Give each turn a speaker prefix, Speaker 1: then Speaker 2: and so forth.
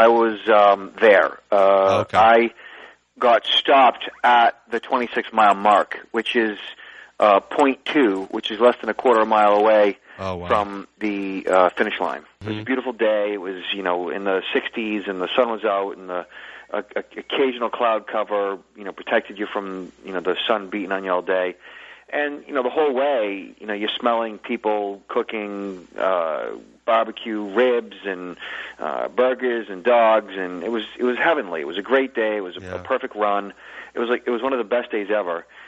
Speaker 1: I was um, there. Uh,
Speaker 2: Okay.
Speaker 1: I got stopped at the 26 mile mark, which is uh, point two, which is less than a quarter mile away
Speaker 2: Oh wow. Hmm.
Speaker 1: from the uh, finish line. It was a beautiful day. It was you know in the 60s, and the sun was out, and the uh, occasional cloud cover you know protected you from you know the sun beating on you all day. And you know the whole way, you know you're smelling people cooking uh, barbecue ribs and uh, burgers and dogs, and it was it was heavenly. It was a great day. It was a,
Speaker 2: Yeah.
Speaker 1: a perfect run. It was like it was one of the best days ever.